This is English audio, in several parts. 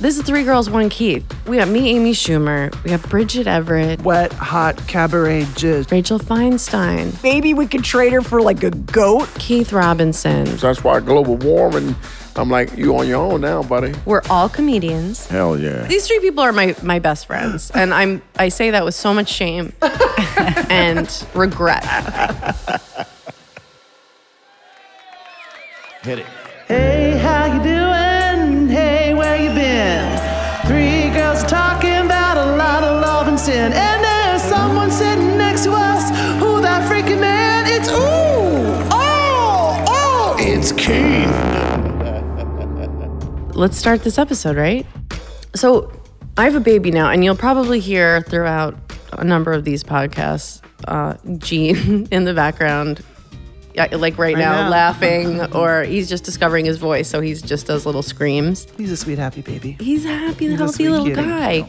This is Three Girls, One Keith. We have me, Amy Schumer. We have Bridget Everett, Wet, hot, cabaret jizz. Rachel Feinstein, Maybe we could trade her for like a goat. Keith Robinson. That's why global warming. I'm like, you on your own now, buddy. We're all comedians. Hell yeah. These three people are my, my best friends, and I'm I say that with so much shame and regret. Hit it. Hey, how you doing? Hey, where you been? Three girls talking about a lot of love and sin. And there's someone sitting next to us. Who that freaking man? It's ooh, oh, oh. It's Keith. Let's start this episode, right? So, I have a baby now, and you'll probably hear throughout a number of these podcasts, uh, Gene in the background, yeah, like right now, know. laughing, or he's just discovering his voice, so he just does little screams. He's a sweet, happy baby. he's a happy, a healthy sweet little kitty. guy.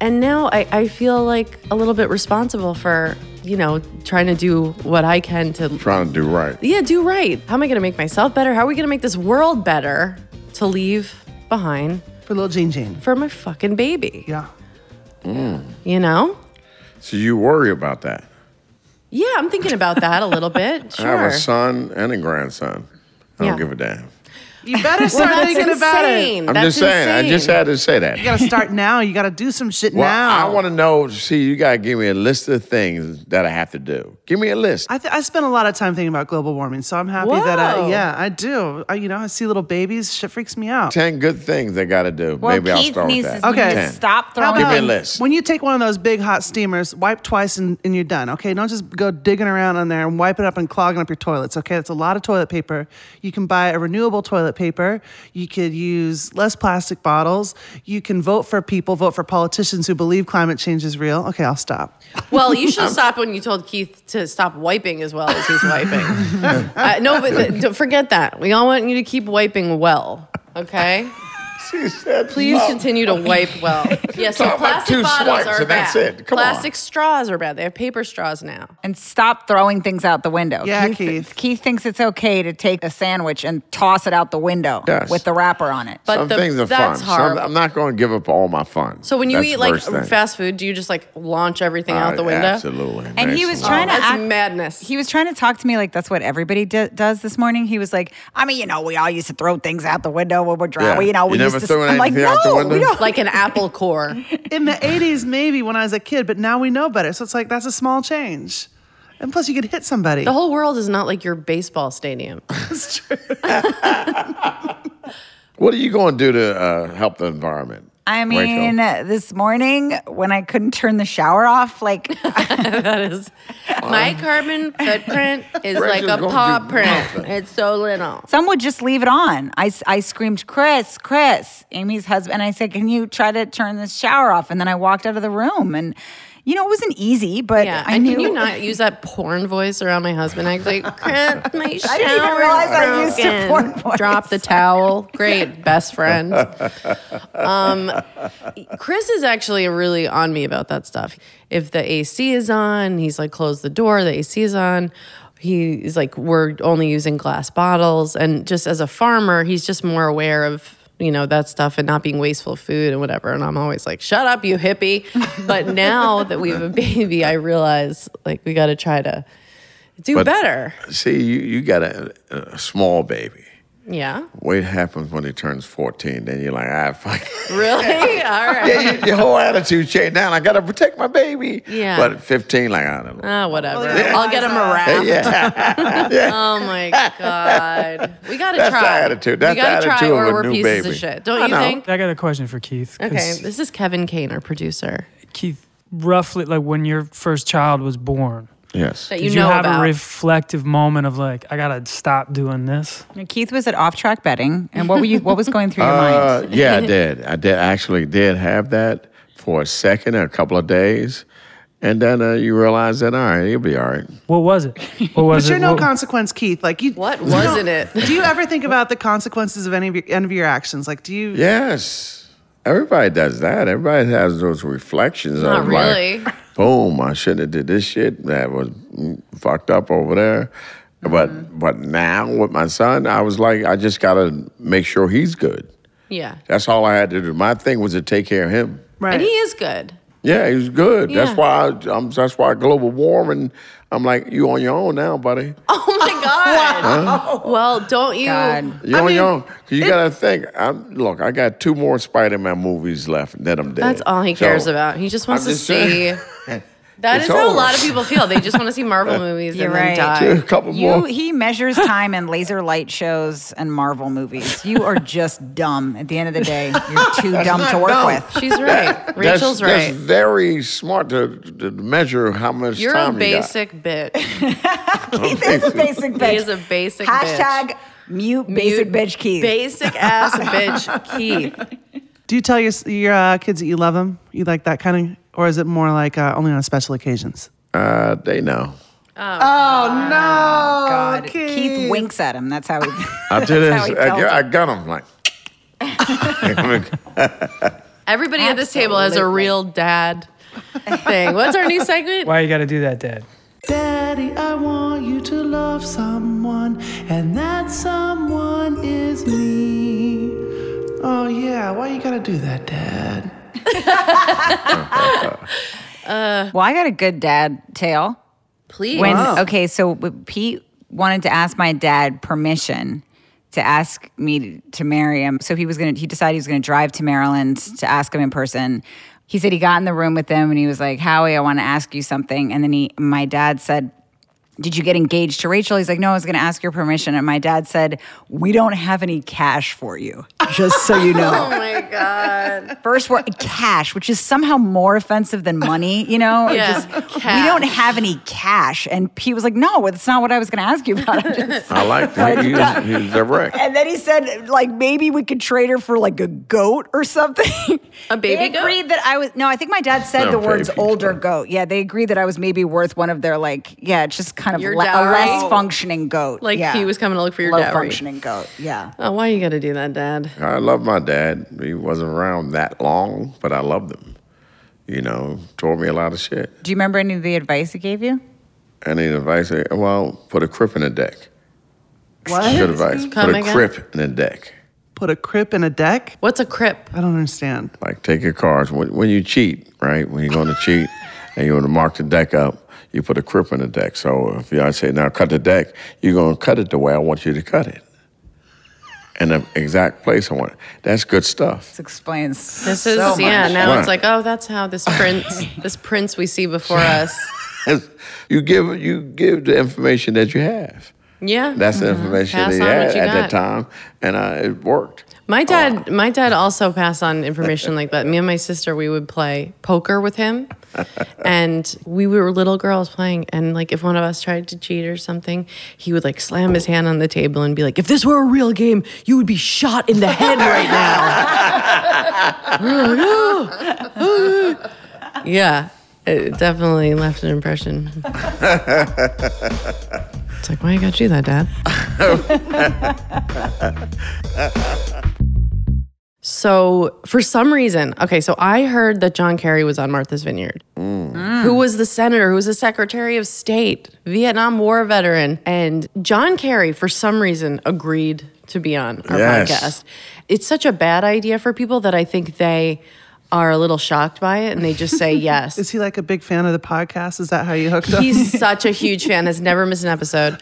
And now I, I feel like a little bit responsible for, you know, trying to do what I can to, Trying to do right. yeah, do right. How am I going to make myself better? How are we going to make this world better to leave behind For little Jane Jane. for my fucking baby? Yeah. You know? So you worry about that. Yeah, I'm thinking about that a little bit. Sure. I have a son and a grandson. I Yeah. don't give a damn. You better start That's thinking about it. insane. I'm That's just saying. I just insane. had to say that. You gotta start now. You gotta do some shit Well, now. I want to know. See, you gotta give me a list of things that I have to do. Give me a list. I, th- I spend a lot of time thinking about global warming, so I'm happy that Whoa. I, yeah, I do. I, you know, I see little babies, shit freaks me out. Ten good things I gotta do. Well, Maybe I'll Keith start needs with to that. Okay. Ten. stop How throwing. Give me a about list. When you take one of those big hot steamers, wipe twice and, and you're done, okay? Don't just go digging around on there and wiping up and clogging up your toilets, okay? That's a lot of toilet paper. You can buy a renewable toilet paper. You could use less plastic bottles. You can vote for people, vote for politicians who believe climate change is real. Okay, I'll stop. Well, you should stop when you told Keith to stop wiping as well as he's wiping. uh, no, but th- don't forget that. We all want you to keep wiping well. Okay. She said, Please "Stop." continue to wipe well. Yeah, so Stop, like, plastic two bottles swipes are and bad. that's it. Come on. plastic straws are bad. They have paper straws now. and stop throwing things out the window. Yeah, Keith, Keith. thinks it's okay to take a sandwich and toss it out the window Yes. with the wrapper on it. But Some the, things are fun. that's Some- hard. I'm not going to give up all my fun. so when you That's eat the like first thing. fast food, do you just like launch everything out the Uh, window? Absolutely. And he Makes was a lot trying of- to That's act- madness. he was trying to talk to me like that's what everybody do- does this morning. He was like, I mean, you know, we all used to throw things out the window when we're driving. Yeah. You know, You we never used to. throw I'm like, anything no, out the we window?" don't. like an apple core. In the 80s, maybe when I was a kid, but now we know better. So it's like, that's a small change. And plus, you could hit somebody. The whole world is not like your baseball stadium. That's true. What are you going to do to uh, help the environment? I mean, Rachel? this morning when I couldn't turn the shower off, like that is my carbon footprint is like Rachel's a gonna paw do print. nothing. It's so little. Some would just leave it on. I, s- I screamed, Chris, Chris, Amy's husband. I said, Can you try to turn this shower off? And then I walked out of the room. And, you know, it wasn't easy, but Yeah, I and knew. can you not use that porn voice around my husband? I was like, "Crap, my shower. even realize I used to broken. porn voice. Drop the towel. Great, best friend. Um, Chris is actually really on me about that stuff. If the AC is on, he's like, close the door. The AC is on. He's like, we're only using glass bottles, and just as a farmer, he's just more aware of. You know, that stuff and not being wasteful food and whatever. And I'm always like, shut up, you hippie. But now that we have a baby, I realize like we got to try to do But- better. see, you, you got a, a small baby. Yeah. What happens when he turns 14? Then you're like, ah, fuck. Really? All right. yeah, your, your whole attitude changed down. I got to protect my baby. Yeah. But at 15, like, I don't know. Ah, whatever. Well, yeah. I'll get him a Hey, wrap. yeah. yeah. Oh my god. We gotta That's try. the attitude. we That's the gotta try attitude of or a we're new pieces of baby. shit. I Don't you know. think? I got a question for Keith. 'cause Okay. This is Kevin Kane, our producer. Keith, roughly like when your first child was born, Yes. That did you you, know have about. a reflective moment of like, I gotta stop doing this? Keith was at off track betting. And what were you? What was going through your mind? Uh, yeah, I did. I did actually did have that for a second, a couple of days, and then uh, you realize that all right, you'll be all right. What was it? What was But it? you're no What- consequence, Keith. Like you. What you wasn't know, it? Do you ever think about the consequences of any of your, any of your actions? Like, do you? Yes, everybody does that. Everybody has those reflections. Not of really. Like, Boom! I shouldn't have did this shit. That was mm, fucked up over there. Mm-hmm. But but now with my son, I was like, I just gotta make sure he's good. Yeah. That's all I had to do. My thing was to take care of him. Right. And he is good. Yeah, he was good. Yeah. That's why I, am That's why global warming. I'm like, you on your own now, buddy. Oh my God. Well, don't you? God. You I on your mean, own. 'Cause You gotta think. I'm look. I got two more Spider-Man movies left, and then I'm dead. That's all he So, cares about. He just wants I'm to just see. saying. That It's is how a over. lot of people feel. They just want to see Marvel movies You're and then right. a die. couple You more. he measures time in laser light shows and Marvel movies. You are just dumb. At the end of the day, you're too dumb to work dumb. with. She's right. That's- Rachel's that's right. very smart to, to measure how much You're a time basic bitch. You got. He's a basic bitch. He is a basic bitch. Hashtag mute basic Mute bitch Keith. Basic ass bitch Keith. Do you tell your your uh, kids that you love them? You like that kind of, or is it more like uh, only on special occasions? Uh, they know. God. Keith winks at him. That's how he. I did this. how he tells I, I it. got him. Like, Everybody at this table has a Absolutely. real dad thing. What's our new segment? Why you got to do that, Dad? Daddy, I want you to love someone, and that someone is me. Oh yeah, why you gotta do that, Dad? well, I got a good dad tale. Please. When Wow. okay, so w- Pete wanted to ask my dad permission to ask me to, to marry him. So he was gonna. He decided he was gonna drive to Maryland to ask him in person. He said he got in the room with him and he was like, "Howie, I want to ask you something." And then he, my dad said. Did you get engaged to Rachel? He's like, no, I was going to ask your permission. And my dad said, We don't have any cash for you, just so you know. Oh my God. First word, cash, which is somehow more offensive than money, you know? It Yeah, We cash. don't have any cash. And Pete was like, no, it's not what I was going to ask you about. I'm just- I like that. He was, he was direct. and then he said, like, maybe we could trade her for like a goat or something. A baby They goat? agreed that I was, no, I think my dad said No, the words baby older goat. goat. Yeah, they agreed that I was maybe worth one of their, like, yeah, just kind of Your le- a dowry? Oh. less functioning goat. Like yeah. he was coming to look for your Low dowry. functioning goat. Yeah. Oh, why you got to do that, Dad? I love my dad. He wasn't around that long, but I loved him. You know, taught me a lot of shit. Do you remember any of the advice he gave you? Any advice? eh, Well, put a crip in a deck. What? Good advice. Come put a again? crip in a deck. Put a crip in a deck? What's a crip? I don't understand. Like take your cards when, when you cheat, right? When you're going to cheat and you want to mark the deck up, you put a crip in the deck. So if I say now cut the deck, you're going to cut it the way I want you to cut it, in the exact place I want. it. That's good stuff. This explains. This is so yeah. much. Now Right. it's like, oh, that's how this prince, this prince we see before us. you give you give the information that you have. Yeah, That's the information Mm-hmm. Pass that he on had what you at got. that time, and uh, it worked. My dad, my dad also passed on information like that. Me and my sister, we would play poker with him, and we were little girls playing. And like, if one of us tried to cheat or something, he would like slam his hand on the table and be like, "If this were a real game, you would be shot in the head right now." We're like, "Oh, oh." yeah, it definitely left an impression. it's like, why you gotta do that, Dad? So for some reason, okay, so I heard that John Kerry was on Martha's Vineyard, who was the senator, who was the Secretary of State, Vietnam War veteran, and John Kerry for some reason agreed to be on our Yes. podcast. It's such a bad idea for people that I think they are a little shocked by it and they just say yes. Is he like a big fan of the podcast? Is that how you hooked up? He's such a huge fan, has never missed an episode.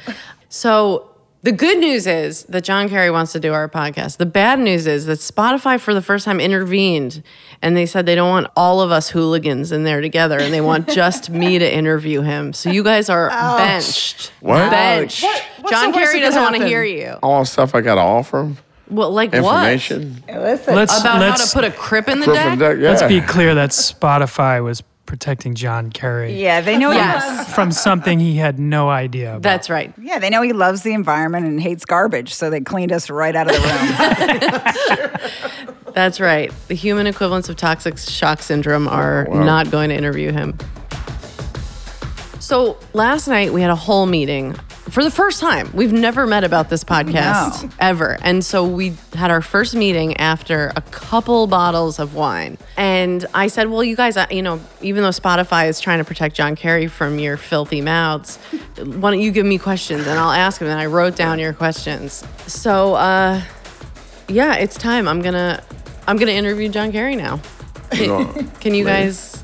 So the good news is that John Kerry wants to do our podcast. The bad news is that Spotify for the first time intervened and they said they don't want all of us hooligans in there together and they want just me to interview him. So you guys are benched. What? Benched. what's John the worst Kerry that could doesn't want to happen? hear you. All stuff I got to offer him, Well, like what? information. Let's About how let's to put a crip in the Crip in deck? the deck, yeah. let's be clear that Spotify was protecting John Kerry Yeah, they know Yes. he loves. from something he had no idea. About. That's right. Yeah, they know he loves the environment and hates garbage, so they cleaned us right out of the room. That's right. The human equivalents of toxic shock syndrome are Wow. not going to interview him. So last night we had a whole meeting for the first time. We've never met about this podcast No. ever. And so we had our first meeting after a couple bottles of wine. And I said, Well, you guys, I- you know, even though Spotify is trying to protect John Kerry from your filthy mouths, why don't you give me questions and I'll ask him? And I wrote down your questions. So, uh, yeah, it's time. I'm gonna I'm gonna interview John Kerry now. You know, Can you maybe. guys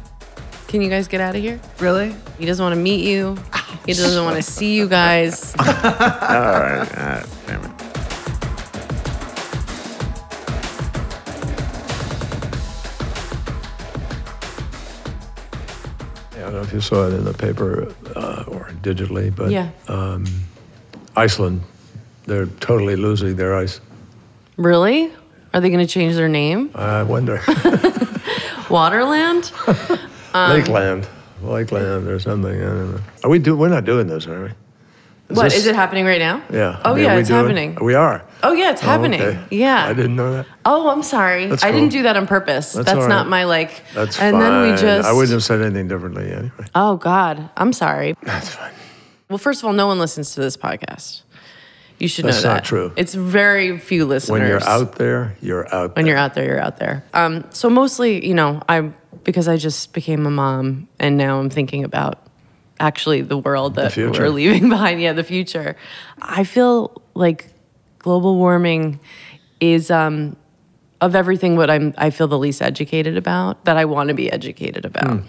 can you guys get out of here? Really? He doesn't want to meet you. He doesn't want to see you guys. All right, all right, damn it. I don't know if you saw it in the paper uh, or digitally, but Yeah. Iceland, they're totally losing their ice. Really? Are they going to change their name? I wonder. Uh-huh. Waterland? Lakeland. Lakeland or something. I don't know. Are we do, we're not doing this, are we? What is this- it happening right now? Yeah. Oh I mean, yeah, we it's doing- happening. We are. Oh yeah, it's Oh, happening. okay. Yeah. I didn't know that. Oh, I'm sorry. That's I didn't cool. do that on purpose. That's, That's all right. not my like. That's and fine. then we just. I wouldn't have said anything differently anyway. Oh God, I'm sorry. That's fine. Well, first of all, no one listens to this podcast. You should That's know that. not true. It's very few listeners. When you're out there, you're out When there. you're out there, you're out there. Um, so mostly, you know, I because I just became a mom, and now I'm thinking about actually the world that future. we're leaving behind. Yeah, the future. I feel like global warming is um, of everything what I'm I feel the least educated about that I want to be educated Hmm. about.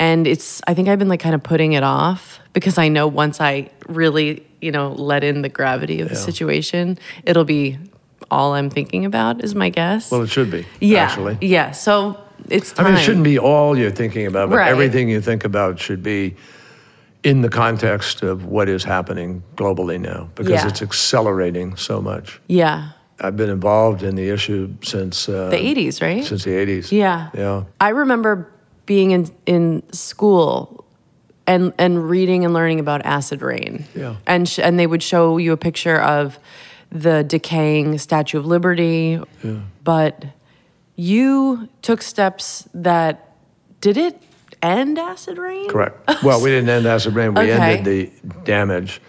And it's I think I've been like kind of putting it off because I know once I really, you know, let in the gravity of the Yeah. situation, it'll be all I'm thinking about is my guess. Well, it should be, yeah. actually. Yeah. So it's I time. mean, it shouldn't be all you're thinking about, but Right. everything you think about should be in the context of what is happening globally now because Yeah. it's accelerating so much. Yeah. I've been involved in the issue since uh, The 80s, right? Since the 80s. Yeah. Yeah. I remember being in in school and and reading and learning about acid rain. Yeah. And sh- and they would show you a picture of the decaying Statue of Liberty. Yeah. But you took steps that did it end acid rain? Correct. Well, we didn't end acid rain. We Okay. ended the damage.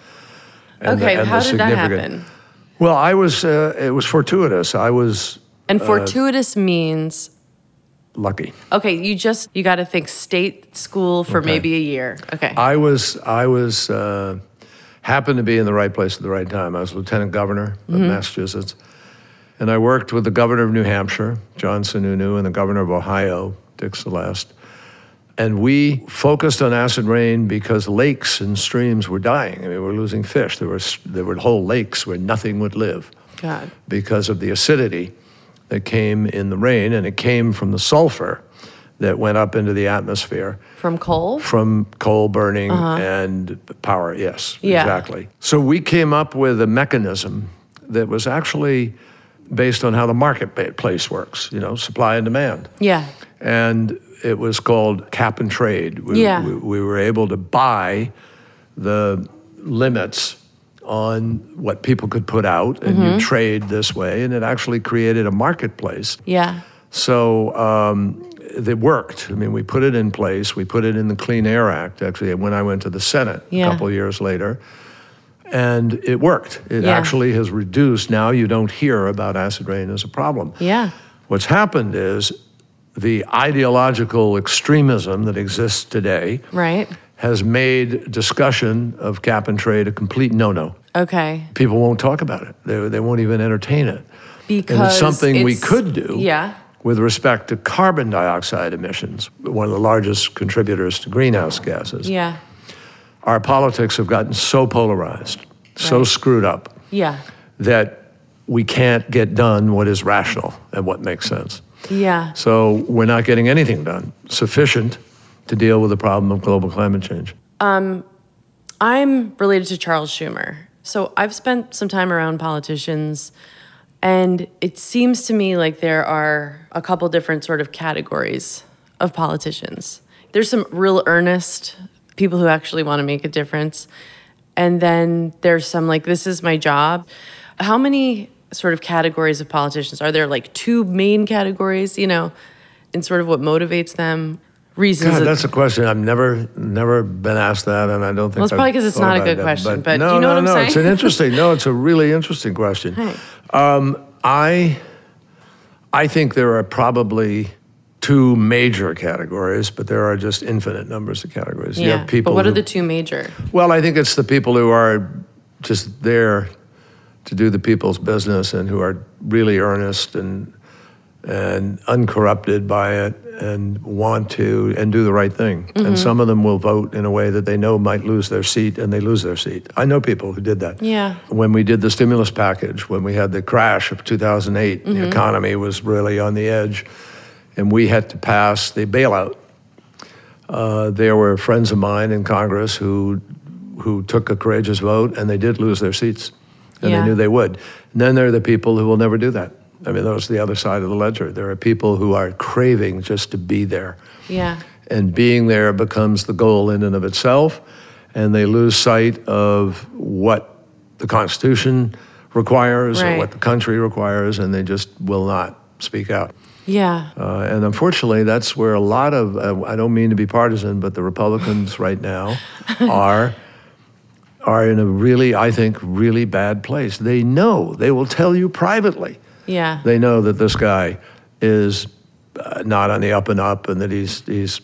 and the- Okay, and how the did that significant- happen? Well, I was. Uh, it was fortuitous. I was And fortuitous means lucky. okay, you just you got to think state school for maybe a year. Okay. I was I was uh, happened to be in the right place at the right time. I was lieutenant governor of Massachusetts, and I worked with the governor of New Hampshire, John Sununu, and the governor of Ohio, Dick Celeste. And we focused on acid rain because lakes and streams were dying. I mean, we were losing fish. There were s- there were whole lakes where nothing would live God. because of the acidity that came in the rain, and it came from the sulfur that went up into the atmosphere From coal? from coal burning and power. Yes, Yeah. exactly. So we came up with a mechanism that was actually based on how the marketplace works, you know, supply and demand. Yeah. And it was called cap and trade. We, Yeah. we, we were able to buy the limits on what people could put out, and Mm-hmm. you trade this way, and it actually created a marketplace. Yeah. So um, it worked. I mean, we put it in place. We put it in the Clean Air Act, actually, when I went to the Senate Yeah. a couple of years later. And it worked. It Yeah. actually has reduced. Now you don't hear about acid rain as a problem. Yeah. What's happened is the ideological extremism that exists today Right. has made discussion of cap and trade a complete no no. Okay. People won't talk about it, they, they won't even entertain it. Because and it's something we it's- could do Yeah. with respect to carbon dioxide emissions, one of the largest contributors to greenhouse gases. Yeah. Our politics have gotten so polarized, so Right. screwed up, Yeah. that we can't get done what is rational and what makes sense. Yeah. So we're not getting anything done sufficient to deal with the problem of global climate change. I'm related to Charles Schumer. So I've spent some time around politicians, and it seems to me like there are a couple different sort of categories of politicians. There's some real earnest people who actually want to make a difference. And then there's some like, this is my job. How many sort of categories of politicians are there? Like two main categories, you know, and sort of what motivates them, reasons. God, that- that's a question I've never, never been asked that, and I don't think. Well, it's I've probably 'cause it's thought not a about good that, question, but no, you know no, what I'm no, it's saying? an interesting. No, it's a really interesting question. Um, I, I think there are probably two major categories, but there are just infinite numbers of categories. You have people. but what are who- the two major? Well, I think it's the people who are just there to do the people's business and who are really earnest and and uncorrupted by it and want to and do the right thing. And some of them will vote in a way that they know might lose their seat and they lose their seat. I know people who did that. Yeah. When we did the stimulus package, when we had the crash of 2008, the economy was really on the edge and we had to pass the bailout. Uh, there were friends of mine in Congress who who took a courageous vote and they did lose their seats and Yeah. they knew they would. And then there are the people who will never do that. I mean, that was the other side of the ledger. There are people who are craving just to be there. Yeah. And being there becomes the goal in and of itself, and they lose sight of what the Constitution requires or Right. what the country requires, and they just will not speak out. Yeah. Uh, and unfortunately, that's where a lot of, uh, I don't mean to be partisan, but the Republicans right now are. Are in a really, I think, really bad place. They know, they will tell you privately. Yeah. They know that this guy is uh, not on the up and up and that he's, he's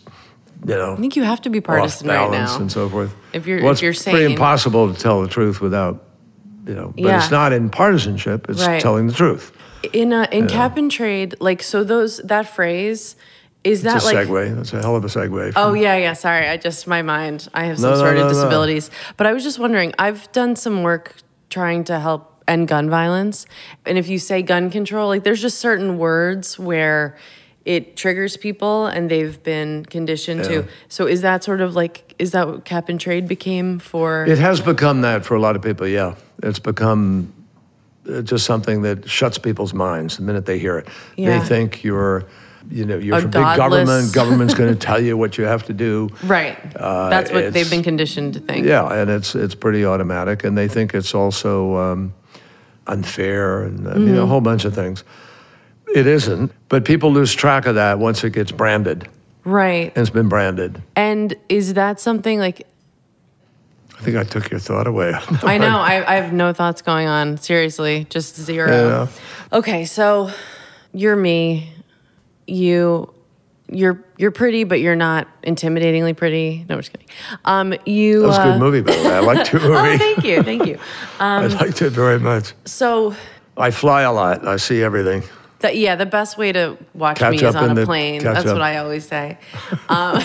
you know, I think you have to be off partisan right balance now. and so forth. If you're- well, if you're it's pretty sane. impossible to tell the truth without, you know, but Yeah. it's not in partisanship, it's Right. telling the truth. in a, in cap and trade, like so those that phrase is that It's a like segue. That's a hell of a segue. Oh yeah, yeah. Sorry, I just my mind. I have some No, no, sort no, of no. disabilities, but I was just wondering. I've done some work trying to help end gun violence, and if you say gun control, like there's just certain words where it triggers people, and they've been conditioned Yeah. to. So is that sort of like is that what cap and trade became for? It has become that for a lot of people, yeah. It's become uh, just something that shuts people's minds the minute they hear it. Yeah. They think you're, you know, you're A from big godless- government. Government's going to tell you what you have to do. right. Uh, That's what they've it's- been conditioned to think. Yeah, and it's it's pretty automatic, and they think it's also um, unfair, and I mean a Mm-hmm. whole bunch of things. It isn't, but people lose track of that once it gets branded, Right. and it's been branded. And is that something like I think I took your thought away. I know. I, I have no thoughts going on. Seriously, just zero. Okay, so you're me. You, you're you're pretty, but you're not intimidatingly pretty. No, I'm just kidding. Um, you. That was a uh, good movie, by the way. I liked your movie. Oh, thank you, thank you. I Um, liked it very much. So, I fly a lot. I see everything. that yeah, the best way to watch Catch me is up on a in the- plane. catch That's up. what I always say. Um,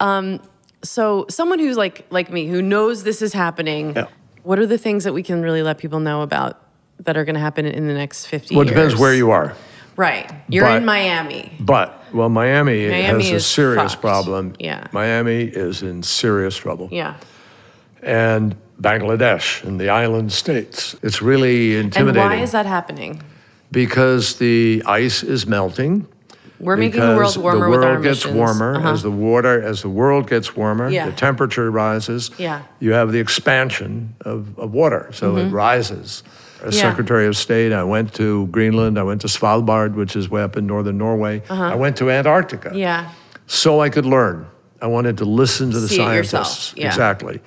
um, so someone who's like like me, who knows this is happening. Yeah. What are the things that we can really let people know about that are going to happen in the next fifty? Well, it depends years? where you are. Right. You're in But- Miami. But, well, Miami, Miami has a is serious fucked. problem. Yeah. Miami is in serious trouble. Yeah. And Bangladesh and the island states. It's really And intimidating. why is that happening? Because the ice is melting. We're making the because world warmer the with our world gets emissions. warmer Uh-huh. as the water as the world gets warmer Yeah. the temperature rises Yeah. Mm-hmm. you have the expansion of, of water so it rises as Yeah. secretary of state i went to greenland i went to svalbard which is way up in northern norway i went to antarctica Uh-huh. yeah. so I could learn. I wanted to listen to the See it yourself, scientists. yeah. Exactly.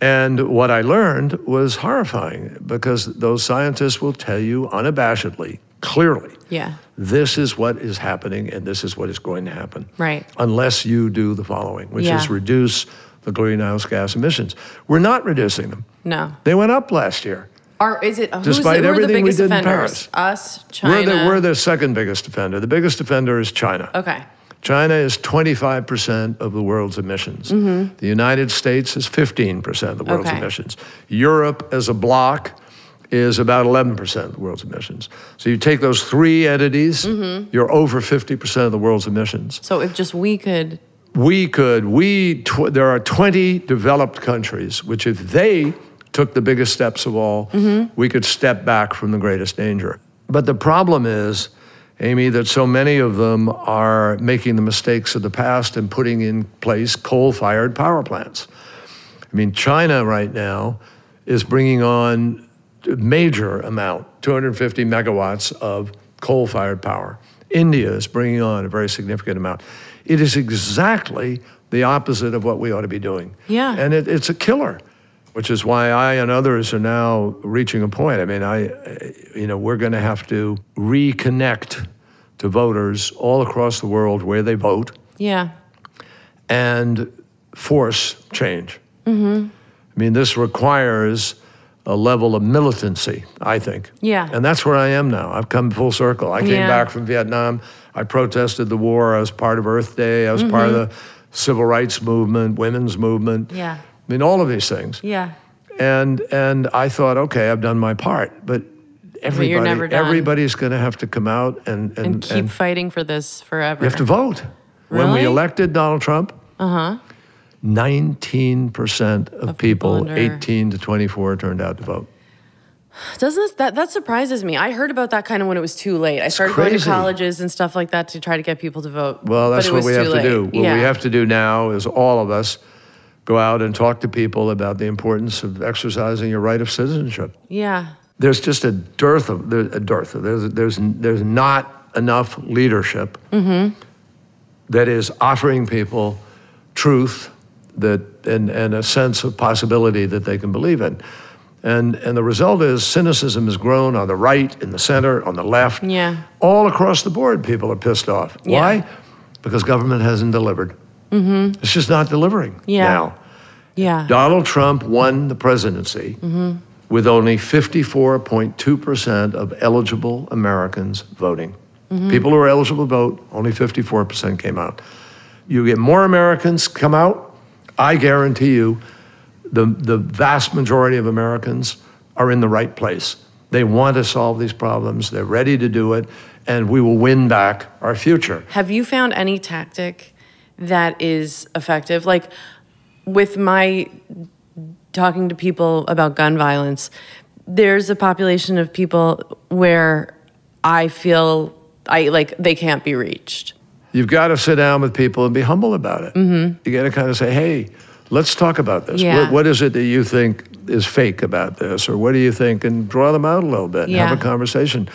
And what I learned was horrifying because those scientists will tell you unabashedly, clearly, Yeah. this is what is happening and this is what is going to happen. Right. Unless you do the following, which Yeah. is reduce the greenhouse gas emissions. We're not reducing them. No. They went up last year. Or is it who's, Despite who are the everything we biggest did in offenders? Paris. Us, China. We're, the, we're the second biggest offender. The biggest offender is China. okay. China is 25% of the world's emissions. The United States is 15% of the Mm-hmm. world's Okay. emissions. Europe as a bloc is about 11% of the world's emissions. So you take those three entities, Mm-hmm. you're over 50% of the world's emissions. So if just we could We could, we, tw- there are 20 developed countries, which if they took the biggest steps of all, we could step back from the greatest danger. But the problem is, Amy, that so many of them are making the mistakes of the past and putting in place coal fired power plants. I mean, China right now is bringing on a major amount, 250 megawatts of coal fired power. India is bringing on a very significant amount. It is exactly the opposite of what we ought to be doing. Yeah. And it, it's a killer, which is why I and others are now reaching a point. I mean, I, I- you know, we're going to have to reconnect to voters all across the world where they vote yeah. Mm-hmm. and force change. I mean, this requires a level of militancy, I think. Yeah. And that's where I am now. I've come full circle. I came Yeah. back from Vietnam. I protested the war. I was part of Earth Day. I was part of the civil rights movement, women's movement. Mm-hmm. Yeah. I mean, all of these things. Yeah. And and I thought, okay, I've done my part, but everybody, you're never done. everybody's going to have to come out and and, And keep fighting for this forever. you have to vote. When we Really? elected Donald Trump, uh-huh. 19% of, people, under- 18 to 24 turned out to vote. Doesn't this, that that surprises me? I heard about that kind of when it was too late. I started going to crazy. colleges and stuff like that to try to get people to vote. Well, that's but it what was we have too to late. do. What yeah. we have to do now is all of us go out and talk to people about the importance of exercising your right of citizenship. yeah. There's just a dearth of there's a dearth of there's there's there's not enough leadership that is offering people truth that and, and a sense of possibility that they can believe in. And and the result is cynicism has grown on the right, in the center, on the left. Yeah. All across the board people are pissed off. Yeah. Why? Because government hasn't delivered. Mm-hmm. It's just not delivering Yeah. now. Yeah. Donald Trump won the presidency with only 54.2% of eligible Americans voting. People who are eligible to vote, only 54% came out. You get more Americans come out, I guarantee you the, the vast majority of Americans are in the right place. They want to solve these problems, they're ready to do it, and we will win back our future. Have you found any tactic that is effective? Like with my talking to people about gun violence, there's a population of people where I feel I like they can't be reached. You've got to sit down with people and be humble about it. Mm-hmm. You got to kind of say, hey, let's talk about this. Yeah. What, what is it that you think is fake about this? Or what do you think? And draw them out a little bit and Yeah. have a conversation.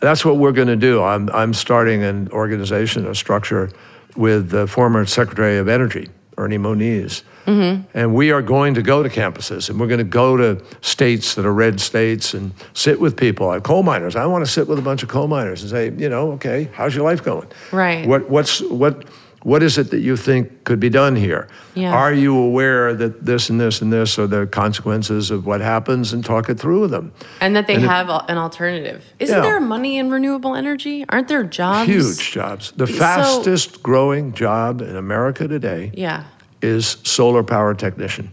That's what we're going to do. I'm, I'm starting an organization, a structure with the former Secretary of Energy, Ernie Moniz. Mm-hmm. And we are going to go to campuses and we're going to go to states that are red states and sit with people, like coal miners. I want to sit with a bunch of coal miners and say, you know, okay, how's your life going? Right. What what's what what is it that you think could be done here? Yeah. Are you aware that this and this and this are the consequences of what happens and talk it through with them? And that they have a- an alternative. Isn't Yeah. there money in renewable energy? Aren't there jobs? Huge jobs. The fastest growing job in America today Yeah. is solar power technician.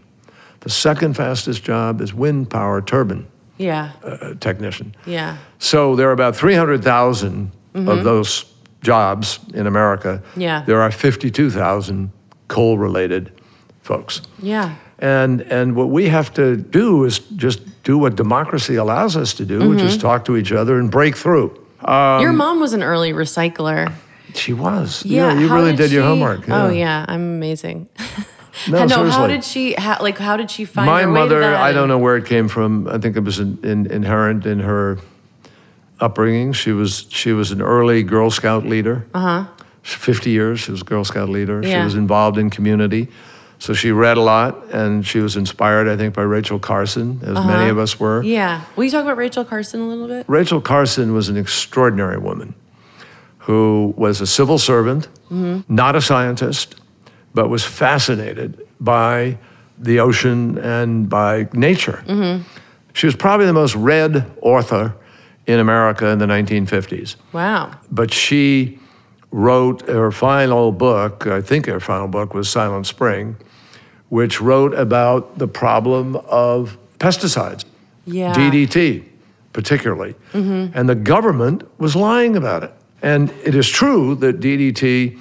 The second fastest job is wind power turbine Yeah. uh, technician. Yeah. So there are about 300,000 of those jobs in America. Mm-hmm. Yeah. There are 52,000 coal related folks. Yeah. And, and what we have to do is just do what democracy allows us to do, which is Mm-hmm. talk to each other and break through. Um, Your mom was an early recycler. She was. you, you how really did, your she- homework. Oh yeah, I'm amazing. No, how seriously. did she? How, like, how did she find My her Way mother, to that? I don't know where it came from. I think it was in, in, inherent in her upbringing. She was she was an early Girl Scout leader. Uh huh. Fifty years she was a Girl Scout leader. She Uh-huh. Yeah. was involved in community, so she read a lot, and she was inspired, I think, by Rachel Carson, as many of us were. Uh-huh. Yeah, will you talk about Rachel Carson a little bit? Rachel Carson was an extraordinary woman who was a civil servant, not a scientist, but was fascinated by the ocean and by nature. She was probably the most read author in America in the 1950s Wow. but she wrote her final book, I think her final book was Silent Spring, which wrote about the problem of pesticides, Yeah. Mm-hmm. DDT particularly. And the government was lying about it. And it is true that DDT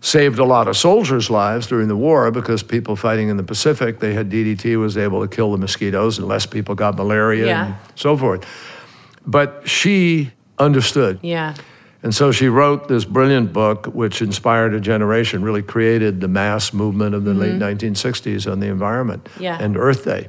saved a lot of soldiers' lives during the war because people fighting in the Pacific, they had DDT was able to kill the mosquitoes and less people got malaria Yeah. and so forth. But she understood Yeah. and so she wrote this brilliant book, which inspired a generation, really created the mass movement of the late 1960s on the environment Mm-hmm. Yeah. and Earth Day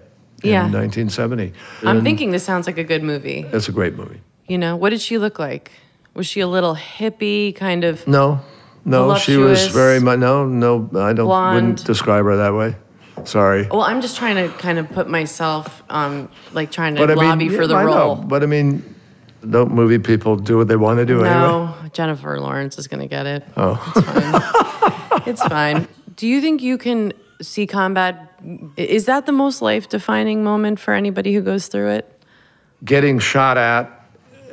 in Yeah. 1970. I'm thinking this sounds like a good movie. That's a great movie. You know, what did she look like? Was she a little hippie kind of? No, no, she was Voluptuous. very much, no, no, I don't, Blonde. Oh, wouldn't describe her that way. Sorry. Well, I'm just trying to kind of put myself, um, like trying to But I mean, lobby for the I know, role. but I mean, don't movie people do what they want to do anyway? No, Jennifer Lawrence is going to get it. Oh, it's fine. it's fine. Do you think you can sea combat. Is that the most life defining moment for anybody who goes through it? getting shot at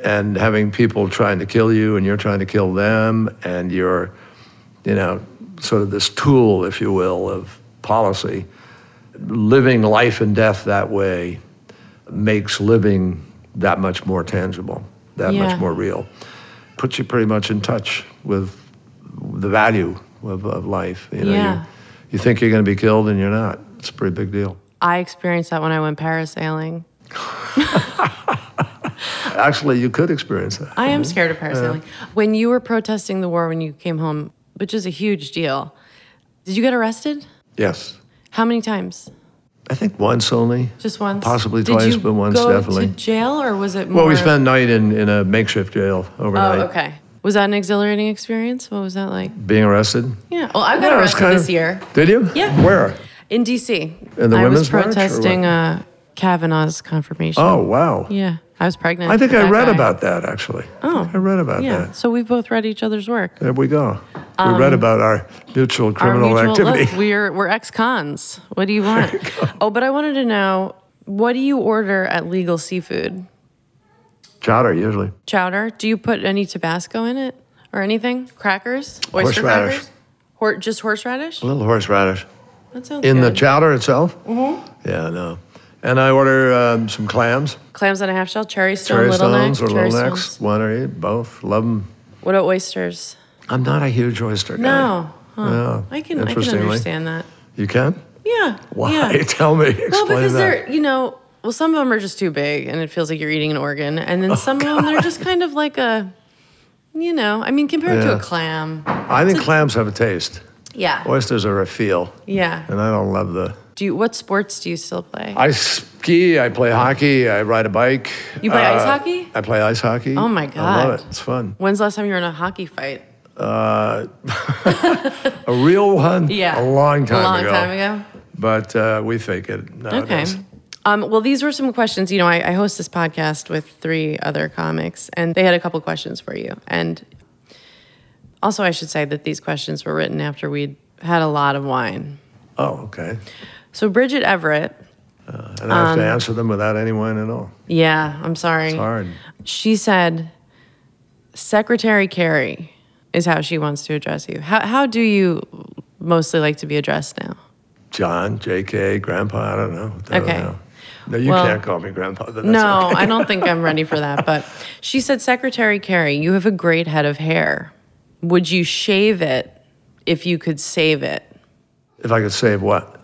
and having people trying to kill you and you're trying to kill them and you're you know sort of this tool if you will of policy living life and death that way makes living that much more tangible that Yeah. much more real puts you pretty much in touch with the value of, of life you know Yeah. you, you think you're going to be killed and you're not it's a pretty big deal I experienced that when I went parasailing. actually you could experience that I am scared of parasailing. when you were protesting the war when you came home, which is a huge deal, did you get arrested? yes How many times? I think once only. Just once? Possibly Did twice, you but once go definitely. To jail, or was it more? well, we spent a night in, in a makeshift jail overnight. Oh, okay. Was that an exhilarating experience? What was that like? Being arrested. Yeah. Well, I got Yeah, it was arrested kind this of- year Did you? Yeah. Where? in D.C. In the I was Women's March or protesting what? uh, Kavanaugh's confirmation. Oh, wow. Yeah, I was pregnant. I think with I that read guy. about that, actually. I, Oh, think I read about Yeah. that. So we've both read each other's work. There we go. we read about our mutual criminal Our mutual, activity. Look, we're we're ex-cons. What do you want? oh, but I wanted to know what do you order at Legal Seafood? Chowder, usually. Chowder? Do you put any Tabasco in it or anything? Crackers? Oyster Horseradish. crackers? Hor- just horseradish? A little horseradish. That sounds In the good. chowder itself? Mm-hmm. Yeah, no. And I order um, some clams, Clams on a half shell, cherry stone, cherry little stones neck, or cherry little necks. stones. One or eight, both. Love them. What about oysters? I'm not a huge oyster guy. No. Huh. Yeah, I can I can interestingly. understand that. You can? Yeah. Why? Yeah. Tell me. Explain Well, because that. they're, you know, well, some of them are just too big and it feels like you're eating an organ. And Oh, then some of them, they're just kind of like a, you know, I mean, compared to Yeah. a clam. I think clams have a taste. Yeah. Oysters are a feel, Yeah. and I don't love the. Do you, what sports do you still play? I ski. I play hockey. I ride a bike. Uh, You play ice hockey? I play ice hockey. Oh, my I God. love it. It's fun. Uh, When's the last time you were in a hockey fight? A real one. Yeah. A long time A long ago. time ago. But uh, we fake it. Okay. Nowadays. Um, well, these were some questions. You know, I, I host this podcast with three other comics, and they had a couple questions for you. And also, I should say that these questions were written after we'd had a lot of wine. Oh, okay. So, Bridget Everett, And I have to answer them without any wine at all. Um, yeah, I'm sorry. It's hard. She said, Secretary Carey is how she wants to address you. How, how do you mostly like to be addressed now? John, J.K., Grandpa. I don't know. I don't Okay. know. No, you Well- can't call me Grandpa. That's no, okay. I don't think I'm ready for that. But she said, Secretary Carey, you have a great head of hair. Would you shave it if you could save it? If I could save what?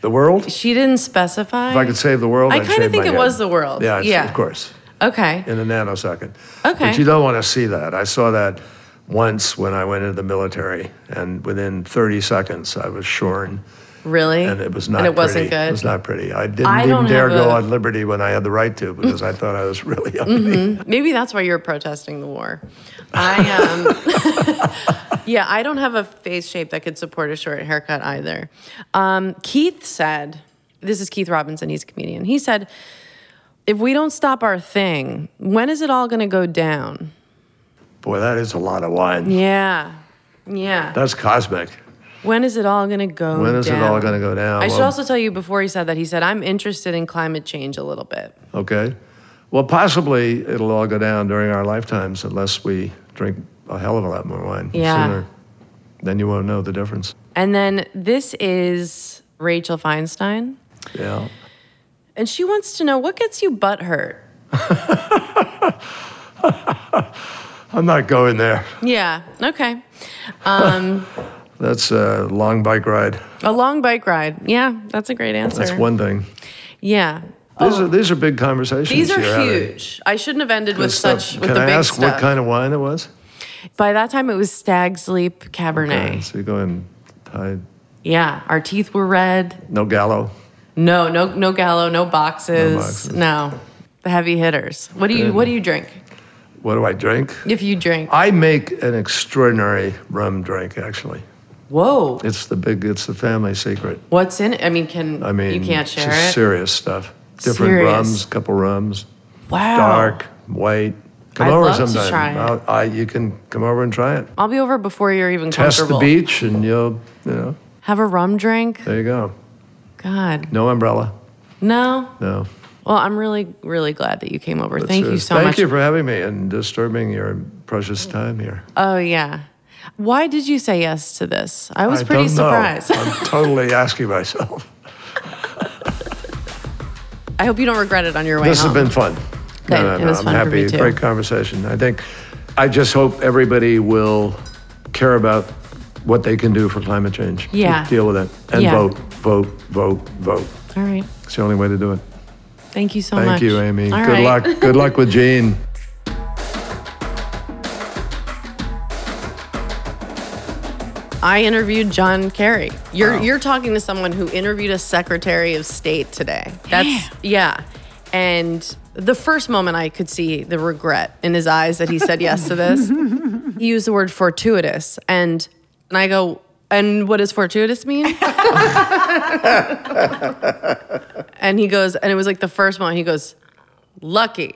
The world? If She didn't specify. I could save the world, I I'd kinda shave think my it head. was the world. Yeah, it's- Yeah. of course. Okay. in a nanosecond. Okay. But you don't want to see that. I saw that once when I went into the military, and within 30 seconds, I was shorn, Really? and it was not And it wasn't pretty. It good. was not pretty. I didn't I don't even dare have go a- Mm-hmm. on liberty when I had the right to because I thought I was really ugly. Maybe that's why you're protesting the war. I um, yeah, I don't have a face shape that could support a short haircut either. Um, Keith said, "This is Keith Robinson. He's a comedian. He said, if we don't stop our thing, when is it all going to go down? Boy, that is a lot of wine. Yeah, yeah. That's cosmic. when is it all going to go? When is it all down?" going to go down? Oh, I should Well, also tell you before he said that he said I'm interested in climate change a little bit. Okay. Well, possibly it'll all go down during our lifetimes unless we drink a hell of a lot more wine Yeah. sooner. Then you won't know the difference. And then this is Rachel Feinstein. Yeah. And she wants to know what gets you butt hurt. I'm not going there. Yeah. Okay. That's a long bike ride. A long bike ride. Yeah, that's a great answer. That's one thing. Yeah. These are these are big conversations. Oh. These are you're having. huge. I shouldn't have ended with Good stuff. such Can with the I big ask stuff. what kind of wine it was? By that time, it was Stag's Leap Okay, Cabernet. so you go in high, Yeah, our teeth were red. no Gallo. No, no, no gallo, no boxes. No, boxes. the heavy hitters. What do you What do you drink? What do I drink? If you drink, I make an extraordinary rum drink. Actually, whoa, it's the big. It's the family secret. what's in it? I mean, can I mean, you can't it's share just it? Serious stuff. Different Serious. rums, couple rums, Wow, dark, white. Come I'd over love to sometime. try it. I'll- I, you can come over and try it. I'll be over before you're even Test the comfortable. beach, and you'll you know Have a rum drink. There you go. God, No umbrella. no. No. Well, I'm really, really glad that you came over. Thank you That's it. so Thank much. you for having me and disturbing your precious time here. oh yeah. Why did you say yes to this? I was I pretty don't surprised. Know. I'm totally asking myself. I hope you don't regret it on your way This home. has been fun. Good. It was I'm fun for happy. me, too. Great conversation. I think. I just hope everybody will care about what they can do for climate change. Yeah. Deal with it and Yeah. vote, vote, vote, vote. All right. It's the only way to do it. Thank you so Thank much. you, Amy. All Good right. luck. Good luck with Gene. I interviewed John Kerry. You're you're talking to someone who interviewed a Secretary of State today. That's yeah. And the first moment I could see the regret in his eyes that he said yes to this. He used the word fortuitous and and I go, and what does fortuitous mean? and he goes, and it was like the first moment he goes, lucky.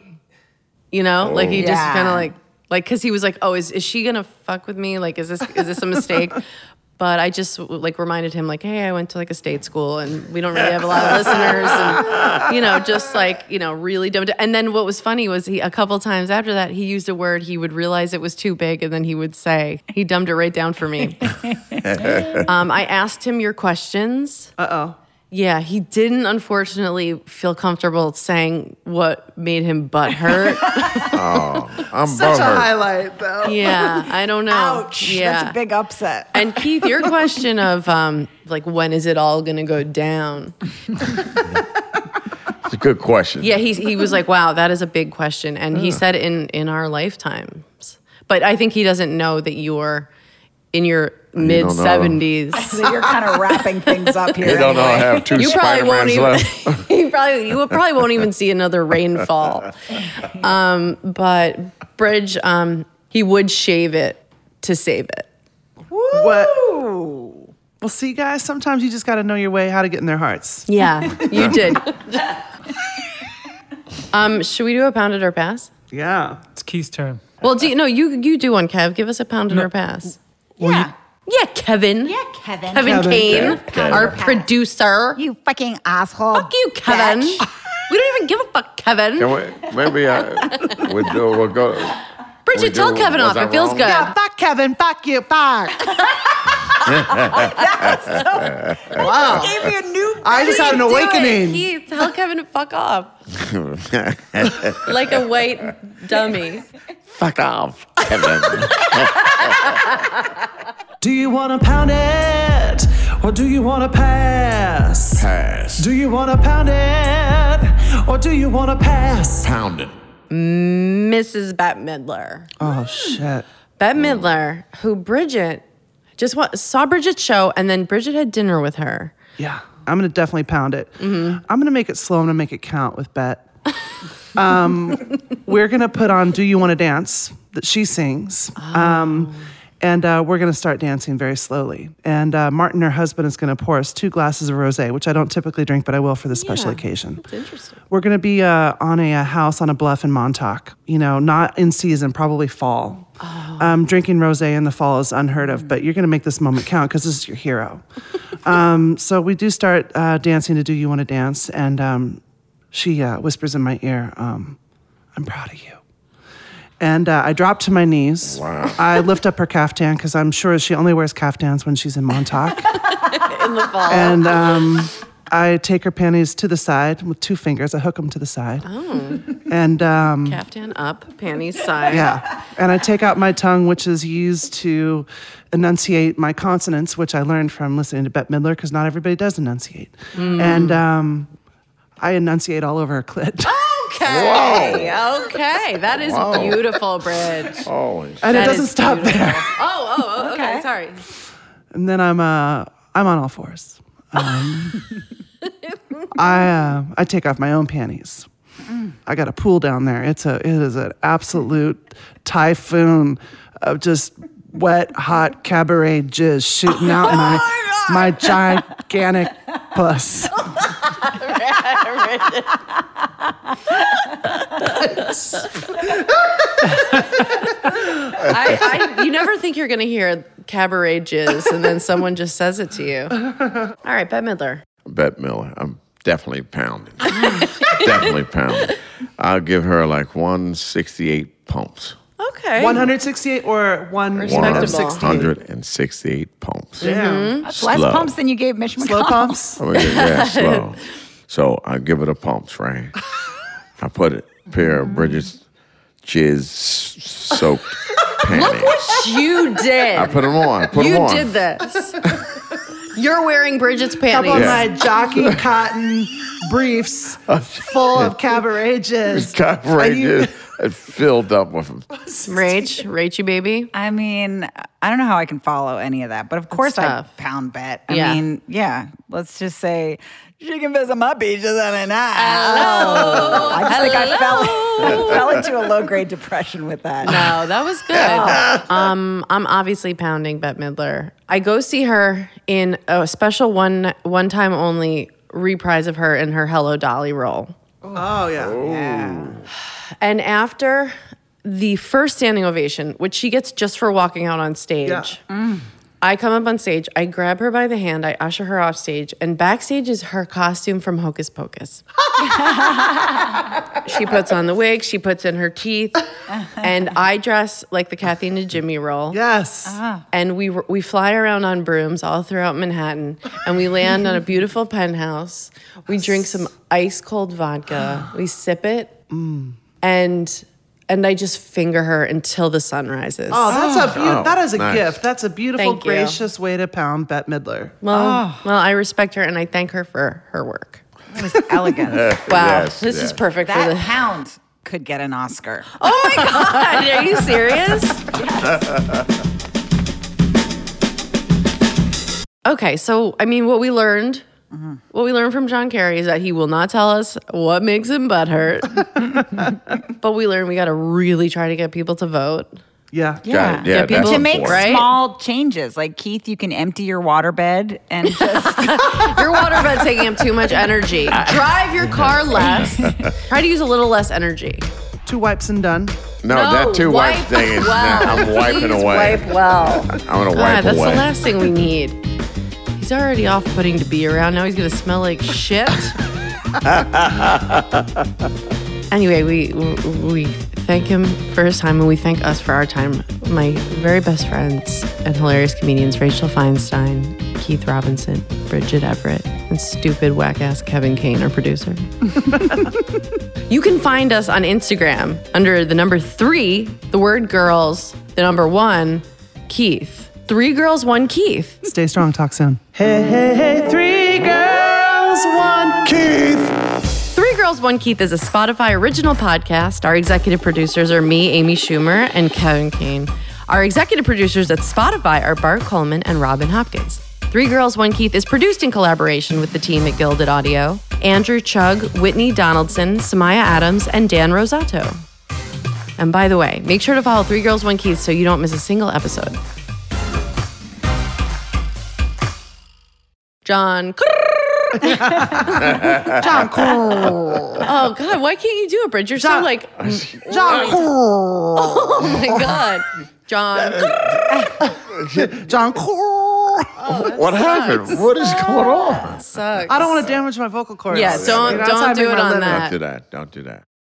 You know? Like he just Yeah. kind of like like because he was like oh is, is she gonna fuck with me like is this is this a mistake but i just like reminded him like hey i went to like a state school and we don't really have a lot of listeners and you know just like you know really dumb and then what was funny was he a couple times after that he used a word he would realize it was too big and then he would say he dumbed it right down for me um, i asked him your questions Uh oh. yeah, he didn't unfortunately feel comfortable saying what made him butt hurt. I'm Such a butthurt. highlight, though. yeah, I don't know. Ouch. Yeah. That's a big upset. And Keith, your question of um, like when is it all gonna go down? It's a good question. Yeah, he he was like, wow, that is a big question, and he said in in our lifetimes. But I think he doesn't know that you're in your mid know. seventies. so you're kind of wrapping things up here. You don't know I anyway. have two You probably won't Spider-Mans even. left. you probably you probably won't even see another rainfall. Um, but Bridge, um, he would shave it to save it. What? Well, see, guys, sometimes you just got to know your way, how to get in their hearts. Yeah, you did. um, should we do a pounded or pass? Yeah. It's Keith's turn. Well, do you, no, you you do one, Kev. Give us a pounded or pass. yeah. Yeah, Kevin. Yeah, Kevin. Kevin, Kevin. Kane, Kevin. our Kevin. producer. You fucking asshole. Fuck you, Kevin. we don't even give a fuck, Kevin. Can we, maybe I would do, we'll go. we Bridget, do- tell Kevin was off. I It feels wrong? good. Fuck Kevin. Fuck you. Fuck. wow. Gave me a new I just had an Do it. awakening. Keith, tell Kevin to fuck off. like a white dummy. Fuck off, Kevin. Do you want to pound it or do you want to pass? Pass. Do you want to pound it or do you want to pass? Pound it. Mrs. Bette Midler. Oh, shit. Bette Midler, who Bridget just wa- saw Bridget's show, and then Bridget had dinner with her. Yeah. I'm going to definitely pound it. I'm going to make it slow. I'm going to make it count with Bet. um, we're going to put on Do You Want to Dance that she sings. Um, and uh, we're going to start dancing very slowly. And uh, Martin, her husband, is going to pour us two glasses of rosé, which I don't typically drink, but I will for this special occasion. That's interesting. We're going to be uh, on a, uh house on a bluff in Montauk. You know, not in season, probably fall. Um, drinking rosé in the fall is unheard of, but you're going to make this moment count because this is your hero. um, so we do start uh, dancing to "Do You Want to Dance," and um, she uh, whispers in my ear, um, "I'm proud of you." And uh, I drop to my knees. Wow. I lift up her caftan because I'm sure she only wears caftans when she's in Montauk. In the fall. and um, I take her panties to the side with two fingers. I hook them to the side. Oh. And um, Caftan up, panties side. yeah. And I take out my tongue, which is used to enunciate my consonants, which I learned from listening to Bette Midler, because not everybody does enunciate. Mm. And um, I enunciate all over her clit. Ah, Okay. Okay. That is beautiful, Bridge. Always. and it That doesn't is stop beautiful. there. Oh, oh, oh, okay. Sorry. And then I'm, uh, I'm on all fours. Um, I, uh, I take off my own panties. I got a pool down there. It's a it is an absolute typhoon of just wet, hot cabaret jizz shooting out in my, Oh my gigantic puss. I, I, you never think you're going to hear cabaret jizz, and then someone just says it to you. All right, Bette Midler. Bette Miller. I'm definitely pounding. definitely pounding. I'll give her like 168 pumps. Okay. 168 or one Respectable. 168. 168 pumps. Damn. That's less Slow. pumps than you gave Mitch McConnell. Slow pumps. I mean, yeah, slow. So I give her the pumps, right? I put a pair of Bridget's jizz soaked panties. You did. I put them on. I put you them on. did this. You're wearing Bridget's Up panties. on Yeah. my jockey cotton briefs full of cabaret jizz. Got And you- right It filled up with 'em. Rach, Rach, you baby. I mean, I don't know how I can follow any of that, but of course I tough. pound bet. I Yeah. mean, yeah. Let's just say she can visit my beaches on an Hello. I just think I fell, I fell into a low grade depression with that. No, that was good. Um, I'm obviously pounding Bette Midler. I go see her in a special one one time only reprise of her in her Hello Dolly role. Oh, yeah. And after the first standing ovation, which she gets just for walking out on stage, Yeah. I come up on stage, I grab her by the hand, I usher her off stage, and backstage is her costume from Hocus Pocus. she puts on the wig, she puts in her teeth, and I dress like the Kathy and Jimmy role. Yes. Ah. And we, we fly around on brooms all throughout Manhattan, and we land on a beautiful penthouse. We drink some ice cold vodka, we sip it, Mm. and and I just finger her until the sun rises. Oh, that's a beau- Oh, that is a nice. gift. That's a beautiful, Thank you. gracious way to pound Bette Midler. well, well, I respect her and I thank her for her work. Oh. That was elegant. Wow, Yes, this yes. is perfect for that the. pound could get an Oscar. Oh my God, are you serious? okay, so I mean, what we learned, what we learned from John Kerry is that he will not tell us what makes him butthurt. but we learned we got to really try to get people to vote. Yeah. Got it. Yeah, Yeah, that's people- to make important. Right? small changes. Like Keith, you can empty your waterbed and just Your waterbed's taking up too much energy. Drive your car less. Try to use a little less energy. Two wipes and done. No, No, that two wipe wipe thing is well. I'm wiping Please away. wipe well. I'm gonna God, wipe that's away. the last thing we need. He's already off putting to be around. Now he's going to smell like shit. anyway, we we thank him for his time and we thank us for our time. My very best friends and hilarious comedians Rachel Feinstein, Keith Robinson, Bridget Everett, and stupid whack ass Kevin Kane, our producer. You can find us on Instagram under the number three, the word girls, the number one, Keith. Three girls, one Keith. Stay strong. Talk soon. Hey, hey, hey, three girls, one Keith. Three Girls, One Keith is a Spotify original podcast. Our executive producers are me, Amy Schumer, and Kevin Kane. Our executive producers at Spotify are Bart Coleman and Robin Hopkins. Three Girls, One Keith is produced in collaboration with the team at Gilded Audio Andrew Chug, Whitney Donaldson, Samaya Adams, and Dan Rosato. And by the way, make sure to follow Three Girls, One Keith so you don't miss a single episode. John. John Cole. Oh God, why can't you do it, Bridge? You're so like, John Cole. oh my God, John. John Cole. what happened? What is going on? Sucks. I don't want to damage my vocal cords. Yeah, don't You're don't outside do my it on limit. that. Don't do that. Don't do that.